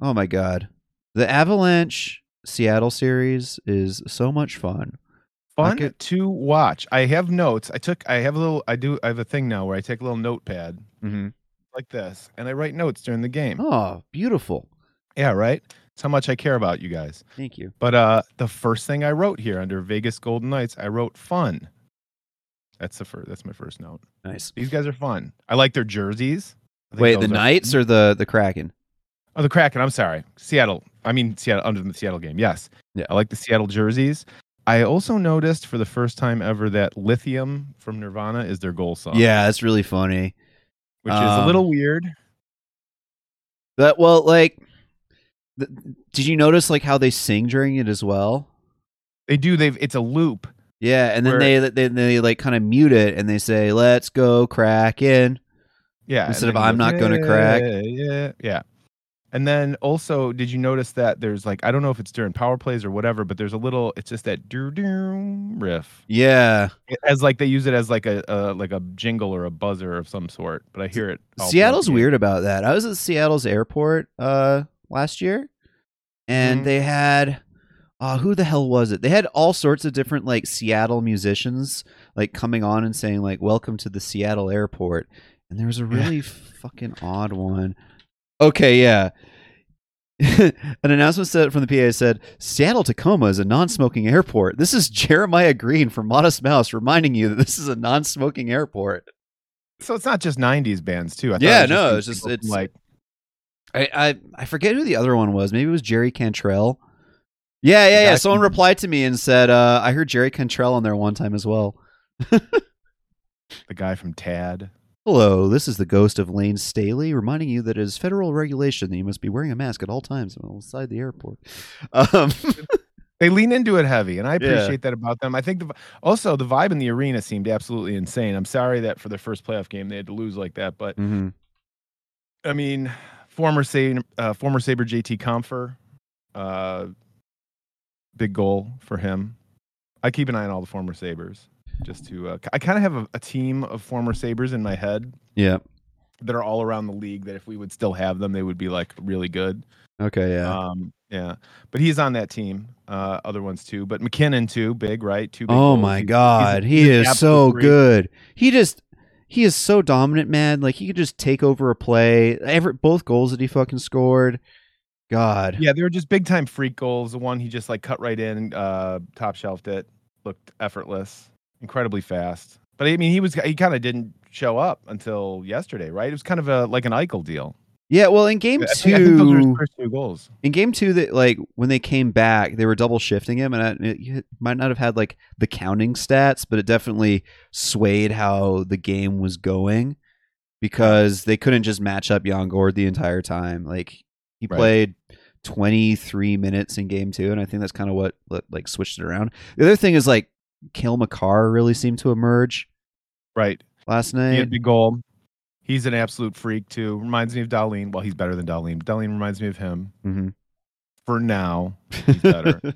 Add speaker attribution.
Speaker 1: Oh my god. The Avalanche Seattle series is so much fun.
Speaker 2: Fun
Speaker 1: Like it-
Speaker 2: to watch. I have notes. I took. I have a little. I do. I have a thing now where I take a little notepad
Speaker 1: Mm-hmm.
Speaker 2: like this, and I write notes during the game.
Speaker 1: Oh, beautiful.
Speaker 2: Yeah, right. It's how much I care about you guys.
Speaker 1: Thank you.
Speaker 2: But uh, the first thing I wrote here under Vegas Golden Knights, I wrote fun. That's the first. That's my first note.
Speaker 1: Nice.
Speaker 2: These guys are fun. I like their jerseys. I think
Speaker 1: Wait,
Speaker 2: those
Speaker 1: the
Speaker 2: are
Speaker 1: Knights or the the Kraken?
Speaker 2: Oh, the Kraken. I'm sorry, Seattle. I mean Seattle under the Seattle game. Yes.
Speaker 1: Yeah.
Speaker 2: I like the Seattle jerseys. I also noticed for the first time ever that Lithium from Nirvana is their goal song.
Speaker 1: Yeah, that's really funny.
Speaker 2: which is
Speaker 1: Um,
Speaker 2: a little weird.
Speaker 1: That well, like, th- did you notice like how they sing during it as well?
Speaker 2: They do. They've. It's a loop.
Speaker 1: Yeah, and then
Speaker 2: Where-
Speaker 1: they they they like kind of mute it and they say, "Let's go Kraken."
Speaker 2: Yeah. and
Speaker 1: Instead of
Speaker 2: then it
Speaker 1: I'm
Speaker 2: goes,
Speaker 1: not gonna crack.
Speaker 2: Yeah, yeah, yeah. And then also, did you notice that there's like I don't know if it's during power plays or whatever, but there's a little. It's just that doo doo riff.
Speaker 1: Yeah,
Speaker 2: It- As like they use it as like a, a like a jingle or a buzzer of some sort. But I hear it. all throughout
Speaker 1: Seattle's
Speaker 2: the game.
Speaker 1: weird about that. I was at Seattle's airport uh last year and
Speaker 2: Mhm.
Speaker 1: they had uh who the hell was it? They had all sorts of different like Seattle musicians like coming on and saying like welcome to the Seattle airport. And there was a really fucking odd one. Okay, yeah. An announcement said from the PA said, "Seattle Tacoma is a non-smoking airport. This is Jeremiah Green from Modest Mouse reminding you that this is a non-smoking airport."
Speaker 2: So it's not just '90s bands too. I thought
Speaker 1: Yeah,
Speaker 2: it was
Speaker 1: no,
Speaker 2: these
Speaker 1: it's just-
Speaker 2: people
Speaker 1: it's-
Speaker 2: from, like
Speaker 1: I, I I forget who the other one was. Maybe it was Jerry Cantrell. Yeah, yeah, yeah.
Speaker 2: guy-
Speaker 1: Someone replied to me and said, uh, "I heard Jerry Cantrell on there one time as well."
Speaker 2: the guy from Tad.
Speaker 1: Hello, this is the ghost of Lane Staley, reminding you that it is federal regulation that you must be wearing a mask at all times outside the airport. Um,
Speaker 2: They lean into it heavy, and I
Speaker 1: Yeah.
Speaker 2: appreciate that about them. I think the, vi- also the vibe in the arena seemed absolutely insane. I'm sorry that for their first playoff game they had to lose like that,
Speaker 1: Mm.
Speaker 2: but I mean, former Saber, uh, former Saber JT Comfer, uh, big goal for him. I keep an eye on all the former Sabers, just to uh, I kind of have a, a team of former Sabers in my head
Speaker 1: Yeah.
Speaker 2: that are all around the league. That if we would still have them, they would be like really good.
Speaker 1: Okay. Yeah.
Speaker 2: Um, yeah, but he's on that team. Uh, other ones too, but McKinnon too, big right? Two. Big
Speaker 1: oh
Speaker 2: goals.
Speaker 1: my
Speaker 2: He's- he's a-
Speaker 1: God,
Speaker 2: he's
Speaker 1: he
Speaker 2: an
Speaker 1: is
Speaker 2: absolute
Speaker 1: so
Speaker 2: freak.
Speaker 1: good. He just he is so dominant, man. Like he could just take over a play. Every both goals that he fucking scored. God.
Speaker 2: Yeah, they were just big time freak goals. The one he just like cut right in, uh, top shelved it, looked effortless, incredibly fast. But I mean, he was he kind of didn't show up until yesterday, right? It was kind of a like an Eichel deal.
Speaker 1: Yeah, well, in game
Speaker 2: I
Speaker 1: two,
Speaker 2: think, I think those were his first two goals.
Speaker 1: in game two, that like when they came back, they were double shifting him, and I, it might not have had like the counting stats, but it definitely swayed how the game was going because they couldn't just match up Yongord the entire time. Like he
Speaker 2: Right.
Speaker 1: played. 23 minutes in game two, and I think that's kind of what what, like switched it around. The other thing is like Kale McCarr really seemed to emerge
Speaker 2: Right,
Speaker 1: last
Speaker 2: he
Speaker 1: night.
Speaker 2: had a big goal. He's an absolute freak too. Reminds me of Darlene.
Speaker 1: Mm-hmm.
Speaker 2: Well, he's better than Darlene. Darlene reminds me of him
Speaker 1: Mhm.
Speaker 2: for now. He's better.